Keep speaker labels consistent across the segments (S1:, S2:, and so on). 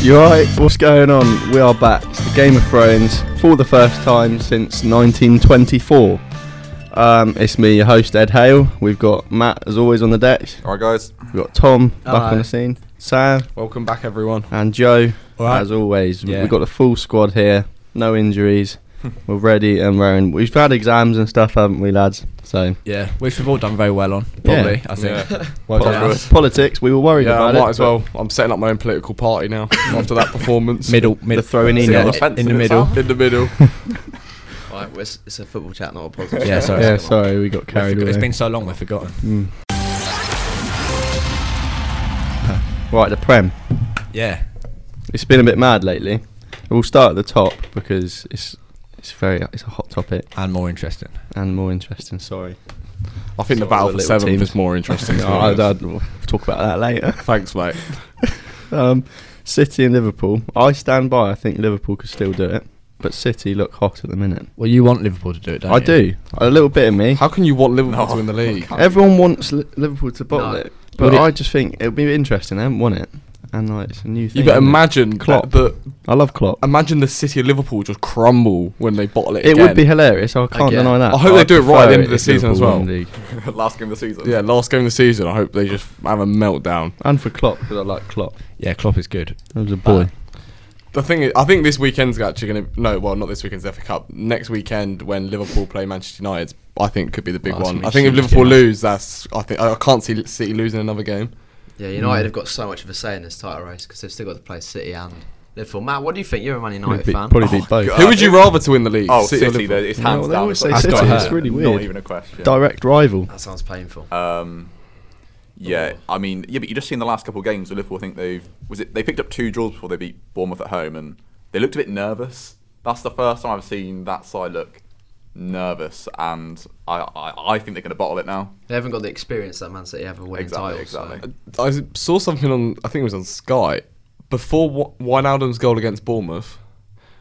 S1: You alright? What's going on? We are back. It's the Game of Thrones for the first time since 1924. Um, it's me, your host, Ed Hale. We've got Matt, as always, on the decks.
S2: All right, guys.
S1: We've got Tom back
S3: Hello.
S1: on the scene, Sam,
S4: Welcome back, everyone.
S1: and Joe.
S3: Alright.
S1: As always,
S4: Yeah.
S1: we've got the full squad here. No injuries. We're ready and raring. We've had exams and stuff, haven't we, lads? So
S3: Yeah, which we've all done very well on,
S1: Yeah.
S3: probably, I think.
S2: Yeah.
S4: Well
S1: pol-
S3: done,
S4: done,
S3: us.
S1: politics. We were worried
S4: Yeah, I
S1: about it.
S4: might as
S1: but
S4: well. I'm setting up my own political party now after that performance.
S3: Middle, middle.
S1: The throwing in
S3: Yeah,
S1: of the
S3: in-
S2: fence
S3: in the
S2: in
S3: middle.
S2: itself.
S4: In the middle.
S5: Right, we're, s- it's a football chat, not a politics.
S3: Yeah,
S5: chat.
S3: sorry.
S1: Yeah, sorry, we got
S3: We've
S1: carried
S3: forgo-
S1: away.
S3: It's been so long, we've forgotten.
S1: Mm. Right, the Prem.
S3: Yeah.
S1: It's been a bit mad lately. We'll start at the top because it's it's very it's a hot topic
S3: And more interesting.
S1: and more interesting. Sorry,
S4: I
S1: Sort
S4: think the
S1: of
S4: battle
S1: the
S4: for
S1: little
S4: seventh
S1: teams.
S4: is more interesting. to be
S1: I'll,
S4: honest.
S1: we'll talk about that later.
S4: Thanks, mate.
S1: Um, City and Liverpool. I stand by. I think Liverpool could still do it, but City look hot at the minute.
S3: Well, you want Liverpool to do it, don't
S1: I
S3: you?
S1: do. A little bit of me.
S4: How can you want Liverpool
S2: No.
S4: to win the league?
S1: Everyone wants Li- Liverpool to bottle
S5: No.
S1: it, but
S3: Would it-
S1: I just think it'd be interesting. They haven't won it, and like it's a new thing.
S4: You better
S1: isn't it?
S4: imagine
S1: Klopp.
S4: that the
S1: I love Klopp.
S4: imagine the city of Liverpool just crumble when they bottle it.
S1: It
S4: again.
S1: would be hilarious. I can't
S5: yeah.
S1: deny that.
S4: I hope
S1: but
S4: they do it right at the
S1: prefer
S4: end of the
S1: if
S4: season as
S1: Liverpool
S4: well.
S1: win the league.
S2: Last game of the season.
S4: Yeah, last game of the season. I hope they just have a meltdown.
S1: And for Klopp, because I like Klopp.
S3: Yeah, Klopp is good.
S1: That was a boy.
S4: The thing is, I think this weekend's actually going to no, well, not this weekend's FA Cup. Next weekend when Liverpool play Manchester United, I think could be the big
S1: Oh, that's
S4: one.
S1: gonna
S4: I
S1: be
S4: think if
S1: huge,
S4: Liverpool
S1: yeah.
S4: lose, that's I think I can't see City losing another game.
S5: Yeah, United have got so much of a say in this title race because they've still got to play City and Liverpool. Matt, what do you think? You're a Man United
S1: Probably,
S5: fan. Oh,
S1: beat, probably beat both.
S2: Oh, God.
S4: Who would you
S2: if-
S4: rather to win the league?
S2: Uh, Oh,
S4: City or
S2: City. though,
S4: Liverpool?
S2: It's
S1: No,
S2: hands
S1: they
S2: down.
S1: always
S2: It's
S1: say
S2: like-
S1: City,
S2: That's got
S3: it's
S2: hurt.
S1: really weird.
S2: Not even a question.
S1: Direct rival.
S5: that sounds painful.
S4: Uh,
S2: Um, yeah, I mean, yeah, but you just seen the last couple of games where Liverpool I think they've was it they picked up two draws before they beat Bournemouth at home, and they looked a bit nervous. That's the first time I've seen that side look nervous, and I I, I think they're going to bottle it now.
S5: they haven't got the experience that Man City have of winning
S2: Exactly,
S5: titles. so-
S2: exactly.
S4: I s- saw something on. I think it was on Sky. Before Wa- Wijnaldum's goal against Bournemouth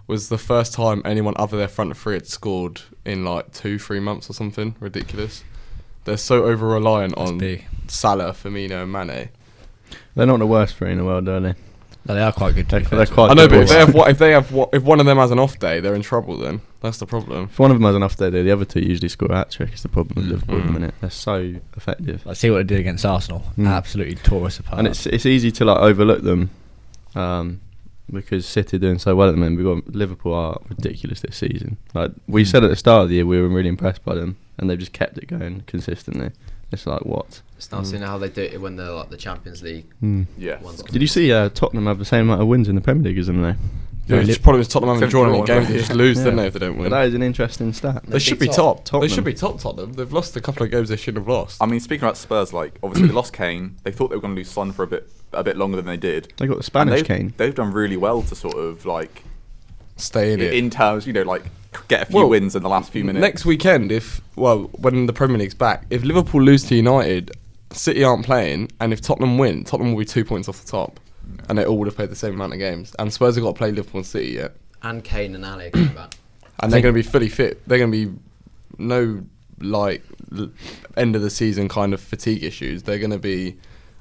S4: was the first time anyone other their front three had scored in like two, three months or something ridiculous. They're so over reliant on
S3: big.
S4: Salah, Firmino, and Mane.
S1: They're not the worst three in the world, are they?
S3: No, they are quite good. to be
S1: They're-
S3: fair
S1: they're
S3: to
S1: quite
S3: them.
S4: I know, but if
S1: boys.
S4: they have what, if they have what, if one of them has an off day, they're in trouble. Then that's the problem.
S1: If one of them has an off day, though, the other two usually score a hat trick. It's the problem with
S3: Mm.
S1: Liverpool
S2: Hmm.
S1: at the
S4: Mm.
S1: minute. They're so effective,
S3: Like, see what they did against Arsenal.
S1: Mm.
S3: Absolutely tore us apart.
S1: and it's it's easy to like overlook them, um, because City are doing so well at the moment. We've got Liverpool are ridiculous this season. Like we
S2: Hmm.
S3: Mm.
S1: said at the start of the year, we were really impressed by them, and they've just kept it going consistently. It's like what?
S5: It's nice seeing how they do it when they're like the Champions League
S2: Yes.
S5: ones.
S1: Did you see uh, Tottenham have the same amount of wins in the Premier League as them though?
S4: Yeah,
S3: Yeah,
S4: it's
S3: Liv-
S4: just problem is Tottenham haven't
S2: Except
S4: drawn
S2: for
S4: any
S2: draw,
S4: games. They just lose,
S1: Yeah.
S4: don't they, if they don't
S1: But
S4: win?
S1: that is an interesting stat.
S4: They should be
S5: Top.
S4: top. They
S1: Tottenham.
S4: should be top. Tottenham. They've lost a couple of games they shouldn't have lost.
S2: I mean, speaking about Spurs, like obviously they lost Kane. They thought they were going to lose Son for a bit a bit longer than they did.
S1: They got the
S2: And
S1: Spanish
S2: they've,
S1: cane.
S2: They've done really well to sort of like
S4: Stay in
S2: in,
S4: it.
S2: terms, you know, like get a few
S4: Well,
S2: wins in the last few minutes.
S4: Next weekend, if well, when the Premier League's back, if Liverpool lose to United, City aren't playing, and if Tottenham win, Tottenham will be two points off the top, and they all would have played the same amount of games. And Spurs have got to play Liverpool and City yet,
S5: And Kane and Ali are coming back.
S4: and they're going to be fully fit. They're going to be no like l- end of the season kind of fatigue issues. They're going to be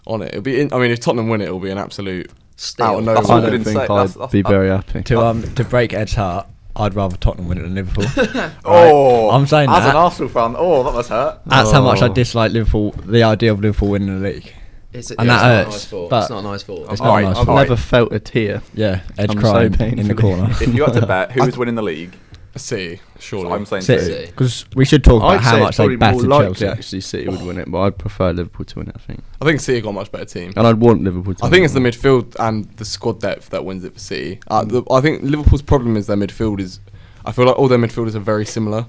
S4: on it. It'll be. In, I mean, if Tottenham win it, it'll be an absolute
S5: Still.
S4: out of
S2: That's
S1: I
S4: nowhere.
S2: all good
S1: don't
S2: in
S1: think
S2: sight.
S1: I'd
S2: That's- that's-
S1: be
S2: uh,
S1: very happy.
S3: to, um, to break Ed's heart, I'd rather Tottenham win it than Liverpool. Right?
S2: Oh,
S3: I'm saying
S2: as
S3: that.
S2: an Arsenal fan, oh, that must hurt.
S3: That's how much I
S1: Oh.
S3: dislike Liverpool, the idea of Liverpool winning the league.
S5: It's,
S3: And
S5: it's
S3: that
S5: not a
S3: hurts,
S5: nice thought.
S3: but-
S5: It's not a nice thought.
S3: It's
S2: All
S3: not
S2: right,
S3: nice.
S1: I've
S2: all right.
S1: never felt a tear.
S3: Yeah, Ed's
S1: I'm so
S3: crying in the
S1: painfully-
S3: corner.
S2: If you had to bet who was winning the league,
S4: City, surely.
S2: I'm saying City.
S5: City.
S3: Because we should talk about
S1: I'd
S3: how
S1: say
S3: much
S1: it's
S3: they
S1: probably more
S3: battered
S1: likely
S3: Chelsea.
S1: actually City would win it, but I'd prefer Liverpool to win it. I think,
S4: I think City have got a much better team.
S1: and I'd want Liverpool to.
S4: I
S1: win
S4: think it's the
S1: it.
S4: midfield and the squad depth that wins it for City. Uh,
S2: Mm.
S4: the, I think Liverpool's problem is their midfield is. I feel like all their midfielders are very similar.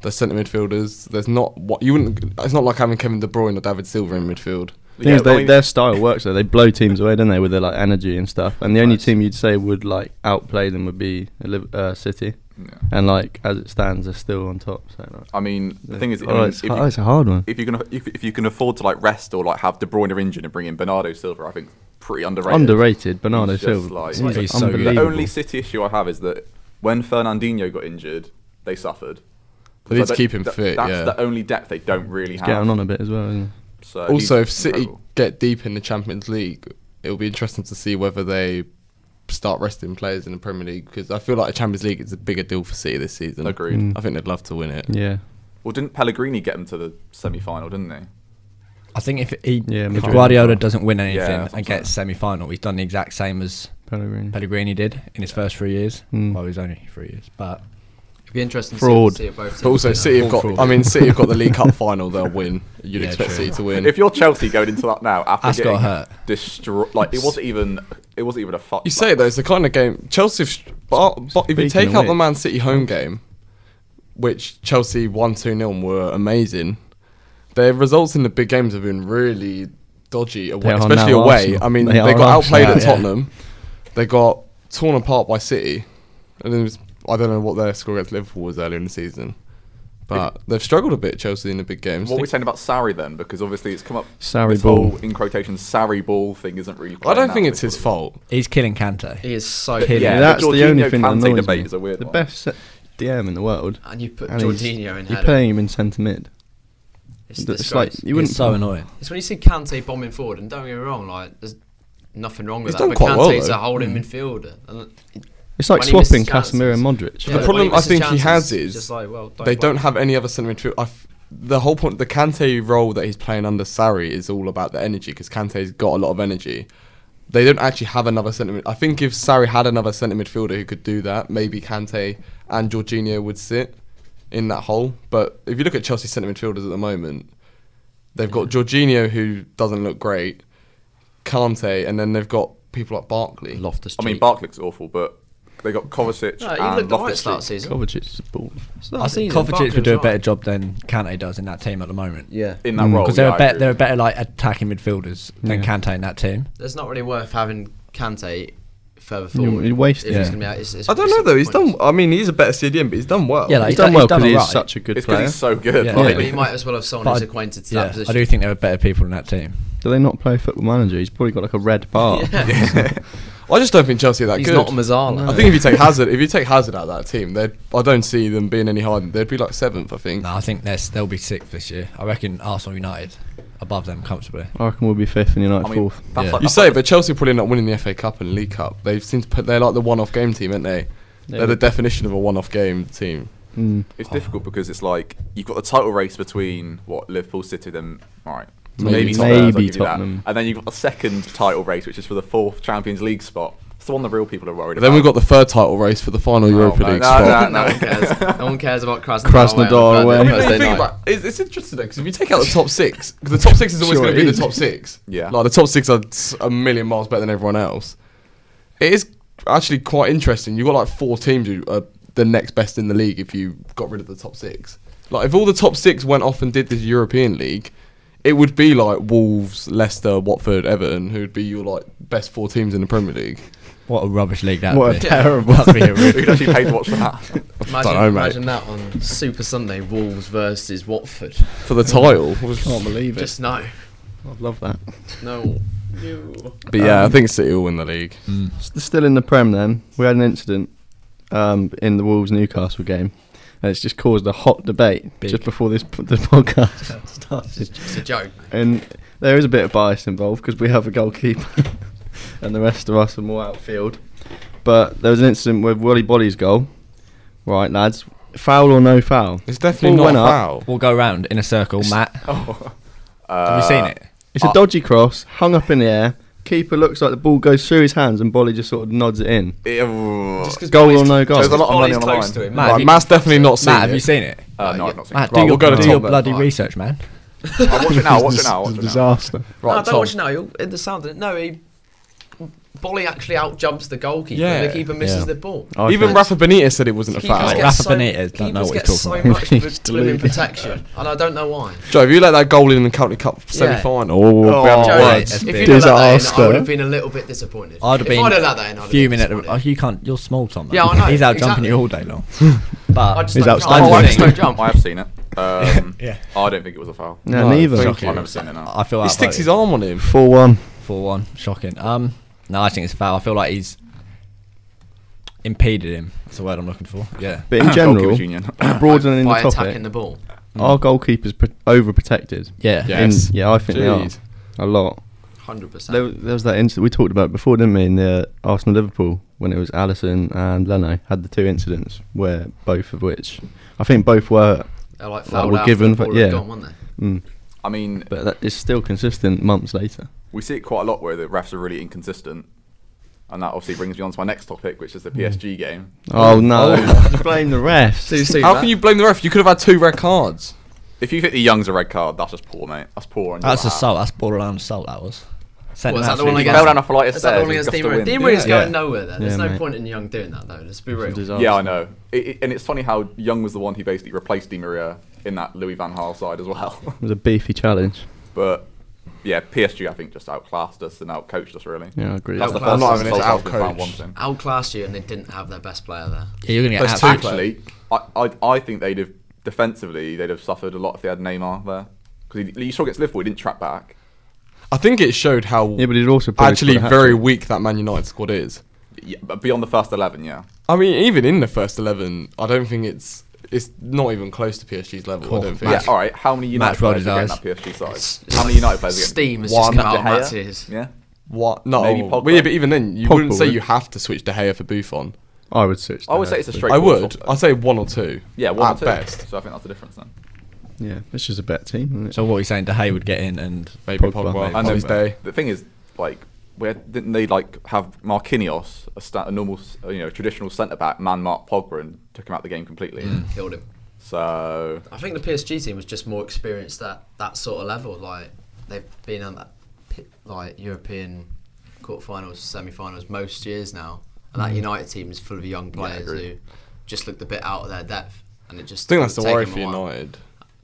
S4: Their centre midfielders. There's not what you wouldn't. It's not like having Kevin De Bruyne or David Silva in midfield.
S1: Thing is,
S2: Yeah, I
S1: they,
S2: mean-
S1: their style works though. They blow teams away, don't they, with their like energy and stuff. And the only
S2: Nice.
S1: team you'd say would like outplay them would be a Liv- uh, City.
S2: Yeah.
S1: And like as it stands, they're still on top. So like,
S2: I mean, the thing is, I
S1: oh,
S2: mean,
S1: it's,
S2: if,
S1: oh,
S2: you,
S1: it's a hard one.
S2: if you can if, if you can afford to like rest or like have De Bruyne injured and bring in Bernardo Silva, I think it's pretty underrated.
S1: Underrated, Bernardo
S2: He's just
S1: Silva.
S2: like-
S3: He's
S1: He's
S3: so good.
S2: The
S1: unbelievable.
S2: only City issue I have is that when Fernandinho got injured, they suffered.
S4: They need
S2: So
S4: to keep him
S2: that-
S4: fit.
S2: That's
S4: yeah.
S2: the only depth they don't really
S1: He's
S2: have.
S1: getting on a bit as well. Isn't
S2: So
S4: also,
S2: he's
S4: if City
S2: incredible.
S4: get deep in the Champions League, it'll be interesting to see whether they start resting players in the Premier League because I feel like the Champions League is a bigger deal for City this season.
S2: Agreed.
S1: Mm.
S4: I think they'd love to win it.
S1: Yeah.
S2: Well, didn't Pellegrini get him to the semi-final? Didn't they?
S3: I think if he,
S1: Yeah,
S3: if
S1: Madrid.
S3: Guardiola doesn't win anything
S2: Yeah, that's what I'm
S3: and gets semi-final, he's done the exact same as
S1: Pellegrini.
S3: Pellegrini did in his first three years.
S1: Mm.
S3: Well, he's only three years, but
S5: It'd be interesting
S1: Fraud.
S5: to see, see if both teams
S4: But also,
S5: win
S4: City
S5: that.
S4: have got. I mean, City have got the League Cup final. They'll win. You'd
S3: Yeah,
S4: expect
S3: true.
S4: City to win.
S2: If you're Chelsea going into that now, after
S3: That's
S2: getting
S3: gotta hurt.
S2: destroyed, like it wasn't even it wasn't even a fuck.
S4: you say though, it's the kind of game Chelsea. have sh- But, but if you
S1: Speaking
S4: take
S1: of
S4: out the
S1: which-
S4: Man City home game, which Chelsea one two 0 were amazing, their results in the big games have been really dodgy, away,
S1: are
S4: especially
S1: now
S4: away.
S1: Arsenal.
S4: I mean,
S1: They
S4: they,
S1: are
S4: got outplayed
S1: Arsenal,
S4: at
S1: yeah.
S4: Tottenham. They got torn apart by City, and then it was- I don't know what their score against Liverpool was earlier in the season. But they've struggled a bit, Chelsea, in the big games.
S2: What are we saying about Sarri then? Because obviously it's come up.
S1: Sarri
S2: this
S1: ball.
S2: whole, in quotation, Sarri ball thing isn't really.
S4: I
S2: playing
S4: don't
S2: out
S4: think
S2: to
S4: it's
S2: this
S4: his
S2: sort
S4: fault.
S3: he's killing Kante.
S5: He is so
S2: But-
S5: hidden.
S2: Yeah,
S1: Yeah, that's the
S2: Jorginho
S1: only thing that
S2: Kante
S1: annoys
S2: debate
S1: me.
S2: is a weird
S1: the
S2: one.
S1: best se- DM in the world.
S5: And you put
S1: and he's-
S5: Jorginho in
S1: You're
S5: header.
S1: playing him in centre mid.
S5: It's,
S1: It's,
S5: disgrace.
S1: like you wouldn't.
S3: it's so annoying.
S5: It's when you see Kante bombing forward, and don't get me wrong, like there's nothing wrong with
S4: He's
S5: that.
S4: done
S5: But
S4: quite well,
S5: Kante's
S4: though.
S5: a holding midfielder. And,
S1: It's like
S5: when he misses
S1: swapping
S5: chances.
S1: Casemiro and Modric.
S5: yeah, when
S4: problem
S5: he
S4: I
S5: misses
S4: think he
S5: chances,
S4: has
S5: it's
S4: is
S5: just like, well, don't
S4: they don't
S5: worry.
S4: have any other centre midfield. I f- the whole point, the Kante role that he's playing under Sarri is all about the energy because Kante's got a lot of energy. They don't actually have another centre. Mid- I think if Sarri had another centre midfielder who could do that, maybe Kante and Jorginho would sit in that hole. But if you look at Chelsea centre midfielders at the moment, they've got Jorginho who doesn't look great, Kante, and then they've got people like Barkley.
S5: Loftus.
S2: I mean, Barkley's awful, but they got Kovacic
S5: no, he
S2: and
S5: looked alright
S2: Loftus.
S5: start of season.
S1: Kovacic's ball.
S5: Start
S3: I
S5: of
S3: think
S5: season,
S3: Kovacic
S5: Barkley
S3: would do a
S5: was alright.
S3: better job than Kante does in that team at the moment.
S5: Yeah,
S2: in that
S1: Mm.
S2: role.
S3: Because they're,
S2: yeah,
S3: a
S2: I
S3: better,
S2: agree.
S3: they're a better like attacking midfielders than
S1: Yeah.
S3: Kante in that team.
S5: it's not really worth having Kante further
S1: You-
S5: forward.
S1: you waste
S5: if
S1: it.
S5: he's
S1: Yeah.
S5: gonna be out- it's- it's-
S4: I don't
S5: it's
S4: know though. He's done.
S5: pointless.
S4: I mean, he's a better CDM, but he's done well.
S3: Yeah, like,
S1: He's
S3: he's done-
S1: done well
S3: he's done
S1: because he's
S3: alright.
S1: such a good
S2: It's because
S1: player.
S2: he's so good.
S3: Yeah.
S2: like-
S5: Yeah, but you might as well have someone
S3: But
S5: who's
S3: I-
S5: acquainted to
S3: yeah,
S5: that position.
S3: I do think there are better people in that team.
S1: Do they not play Football Manager? He's probably got like a red bar.
S4: I just don't think Chelsea are that
S5: he's
S4: good.
S5: not Mazzala.
S4: I think if you take Hazard, if you take Hazard out of that team, they I don't see them being any higher. than- They'd be like seventh, I think.
S3: No, I think they're- they'll be sixth this year. I reckon Arsenal United above them comfortably.
S1: I reckon we'll be fifth and United
S2: I mean,
S1: fourth.
S2: that's
S3: Yeah.
S2: like-
S4: You
S2: that's
S4: say,
S2: like-
S4: but Chelsea are probably not winning the FA Cup and League Cup. They seem to put they're like the one-off game team, aren't they?
S1: They
S4: They're the
S1: would.
S4: definition of a one-off game team.
S1: Mm.
S2: It's difficult because it's like you've got the title race between what Liverpool City, then all right,
S1: Maybe-
S2: maybe, Spurs, I'll
S1: maybe
S2: give you that.
S1: Tottenham.
S2: and then you've got the second title race, which is for the fourth Champions League spot. It's the one the real people are worried
S4: But
S2: about.
S4: then we've got the third title race for the final Europa
S2: no,
S4: League
S2: no,
S4: spot.
S2: no,
S5: no one cares. No one cares about Krasnodar.
S1: Krasnodar away.
S5: on
S1: I mean,
S4: But if you
S5: Thursday- Thursday
S4: think
S5: night.
S4: about it, it's, it's interesting though, 'cause if you take out the top six, 'cause the top six is always
S1: Sure
S4: going
S1: it
S4: to be
S1: is.
S4: the top six.
S2: Yeah.
S4: like the top six are s- a million miles better than everyone else. It is actually quite interesting. You have got like four teams who are the next best in the league if you got rid of the top six. Like if all the top six went off and did this European League, it would be like Wolves, Leicester, Watford, Everton, who would be your like best four teams in the Premier League.
S3: What a rubbish league that
S1: What a
S3: would be.
S1: terrible.
S3: That'd be a
S2: we
S3: real-
S2: could actually pay to watch that.
S5: Imagine,
S4: know, mate.
S5: imagine that on Super Sunday, Wolves versus Watford.
S4: For the title,
S1: Can't believe it.
S5: Just no,
S1: I'd love that.
S5: no.
S4: but yeah, I think City will win the league.
S1: S- Still in the Prem, then we had an incident um, in the Wolves Newcastle game, and it's just caused a hot debate
S3: Big.
S1: just before this p- the podcast started.
S5: It's a joke.
S1: And there is a bit of bias involved because we have a goalkeeper, and the rest of us are more outfield. But there was an incident with Willie Body's goal. Right, lads, foul or no foul?
S4: It's
S1: Ball
S4: definitely not a
S1: went up.
S4: foul.
S3: we'll go round in a circle, Matt.
S4: oh,
S2: Uh,
S3: Have you seen it?
S1: It's a dodgy cross, hung up in the air. Keeper looks like the ball goes through his hands, and Bolly just sort of nods it in.
S2: it- uh,
S5: Just 'cause
S1: Goal
S5: Bolly's-
S1: or no goal?
S5: just 'cause
S2: There's a lot of money
S5: Bolly's
S2: on the
S5: close
S2: line.
S5: to him.
S3: Matt,
S4: Like,
S3: have you-
S4: Matt's definitely not seen
S3: Matt, have
S4: it.
S3: you seen it?
S2: uh, no,
S5: yeah.
S2: I've not seen
S3: Matt,
S2: it.
S3: do
S4: Right,
S3: your,
S4: we'll go to
S3: do your
S4: Tom then.
S3: bloody
S5: Right.
S3: research, man.
S2: I'll watch it now. I'll watch it now. Oh, I'll watch it now.
S1: disaster.
S5: no,
S4: Right,
S5: don't
S4: Tom.
S5: watch it now. You'll- In the sound, no, he Bolly actually outjumps the goalkeeper.
S4: Yeah.
S5: the keeper misses
S3: Yeah.
S5: the ball.
S1: I
S4: Even
S1: think-
S4: Rafa Benitez said it wasn't a
S5: Keepers
S4: foul.
S5: get
S3: Rafa Benitez don't know what
S5: keepers
S3: he's
S5: get
S3: talking
S5: so much
S1: He's
S5: blooming
S1: deluded.
S5: protection, and I don't know why.
S4: Joe, if you let that goal in the County Cup semi-final, oh, we'll be having
S1: Oh,
S5: Joe,
S4: words.
S5: if
S3: that's
S5: you
S3: big.
S5: would have let that in,
S1: Disaster.
S5: I would have been a little bit disappointed.
S3: I'd have
S5: if
S3: been
S5: I'd have let that in, I'd have
S3: fuming
S5: been
S3: at the.
S5: disappointed.
S3: Oh, you can't. You're small, Tom. man.
S5: Yeah, I know,
S3: He's out
S5: exactly.
S3: jumping you all day long.
S5: I
S3: But
S5: just don't
S1: out-
S5: jump.
S2: Oh, I
S5: I
S2: actually
S5: just don't
S2: I
S5: jump.
S2: have seen it. Um,
S3: Yeah.
S2: I don't think it was a foul.
S1: No,
S4: No,
S1: neither.
S4: thank
S2: I've never seen it now.
S3: I feel
S4: He
S3: like
S4: sticks his arm on him.
S1: Four one.
S3: for one. Shocking. Um, no, I think it's a foul. I feel like he's impeded him. That's the word I'm looking for. Yeah.
S1: But in general,
S2: Goalkeepers union.
S1: broadening
S5: By
S1: the
S5: attacking
S1: topic,
S5: the ball.
S1: our goalkeepers pro- overprotected.
S3: Yeah.
S4: Yeah. Yes.
S1: In, yeah, I think they are
S4: Jeez.
S1: a lot.
S5: hundred
S1: There,
S5: percent.
S1: there was that incident we talked about it before, didn't we? In the Arsenal Liverpool when it was Allison and Leno had the two incidents where both of which I think both were,
S5: They're like
S1: Well,
S5: fouled
S1: we'll
S5: out.
S1: give
S5: Given,
S1: him-
S5: the ball
S1: yeah.
S5: yeah. Gone, weren't they?
S1: mm,
S2: I mean,
S1: but that is still consistent months later.
S2: we see it quite a lot where the refs are really inconsistent, and that obviously brings me on to my next topic, which is the PSG game.
S1: Mm. Oh no! Blame the refs.
S5: Too soon,
S4: How
S5: that.
S4: can you blame the ref? You could have had two red cards.
S2: If you think the Young's a red card, that's just poor, mate. That's poor. And
S3: That's
S2: you're
S3: assault. That's borderline assault. That was. Sent
S5: Well,
S3: him
S5: is that
S3: out
S5: the
S3: for
S5: one
S3: it.
S2: He
S5: against?
S2: fell down a flight of
S5: Is that the
S2: stairs,
S5: one against
S2: he's got
S5: Dean
S2: to win.
S5: Dean Marie's
S3: Yeah.
S5: going nowhere there. There's
S1: Yeah,
S5: no
S1: mate.
S5: point in Young doing that though. Let's be real.
S1: Disaster.
S2: Yeah, I know. It, it- and it's funny how Young was the one who basically replaced Di Maria in that Louis Van Gaal side as well.
S1: It was a beefy challenge.
S2: but yeah, PSG I think just outclassed us and outcoached us really.
S1: Yeah, I agree.
S2: That's the
S5: Outclassed
S2: first
S5: us.
S4: Not
S2: time I've
S4: even
S2: found
S4: outcoached.
S2: one thing.
S5: Outclassed you, and they didn't have their best player there.
S3: Yeah, you're gonna get
S4: Those
S3: absolutely-
S4: two-
S2: Actually, I, I I think they'd have defensively they'd have suffered a lot if they had Neymar there because you saw against Liverpool he didn't trap back.
S4: I think it showed how
S1: Yeah, but he'd also probably
S4: actually
S1: scored a
S4: very
S1: hat-trick.
S4: weak that Man United squad is.
S2: Yeah, but beyond the first eleven, yeah.
S4: I mean, even in the first eleven, I don't think it's it's not even close to PSG's level.
S3: Cool.
S4: I don't think.
S2: But yeah,
S3: Match-
S2: all right. How many United
S3: match Rodgers'
S2: players are
S3: eyes.
S2: getting that PSG side? How many United players are getting?
S5: Steam has just
S4: One,
S5: come out of
S2: De Gea?
S5: Matty's.
S2: Yeah.
S4: What? No.
S2: Maybe Pogba.
S4: well, yeah, but even then, you
S1: Pogba
S4: wouldn't say
S1: would.
S4: you have to switch De Gea for Buffon.
S1: I would switch.
S2: I would
S1: the
S2: say it's a
S1: refs,
S2: straight-
S4: I
S2: Pretty cool
S4: would.
S2: top, though.
S4: I'd say one or two.
S2: Yeah, one
S4: at
S2: or two.
S4: best.
S2: So I think that's the difference then.
S1: but- Yeah, it's just a better team. Isn't it?
S3: So what are you saying? De Gea would get in and
S4: Maybe
S1: Pogba,
S4: Pogba.
S1: maybe.
S4: on
S1: I know,
S4: his day.
S2: The thing is, like, where didn't they like have Marquinhos, a, sta- a normal, s- you know, traditional centre back, man mark Pogba and took him out the game completely.
S4: Mm.
S5: Killed him.
S2: So
S5: I think the PSG team was just more experienced at that sort of level. Like they've been on that pi- like European quarterfinals, semi-finals most years now, and that United team is full of young players
S2: agree.
S5: who just looked a bit out of their depth, and it just
S4: I think that's the
S5: take
S4: worry
S5: them
S4: for
S5: a while.
S4: United.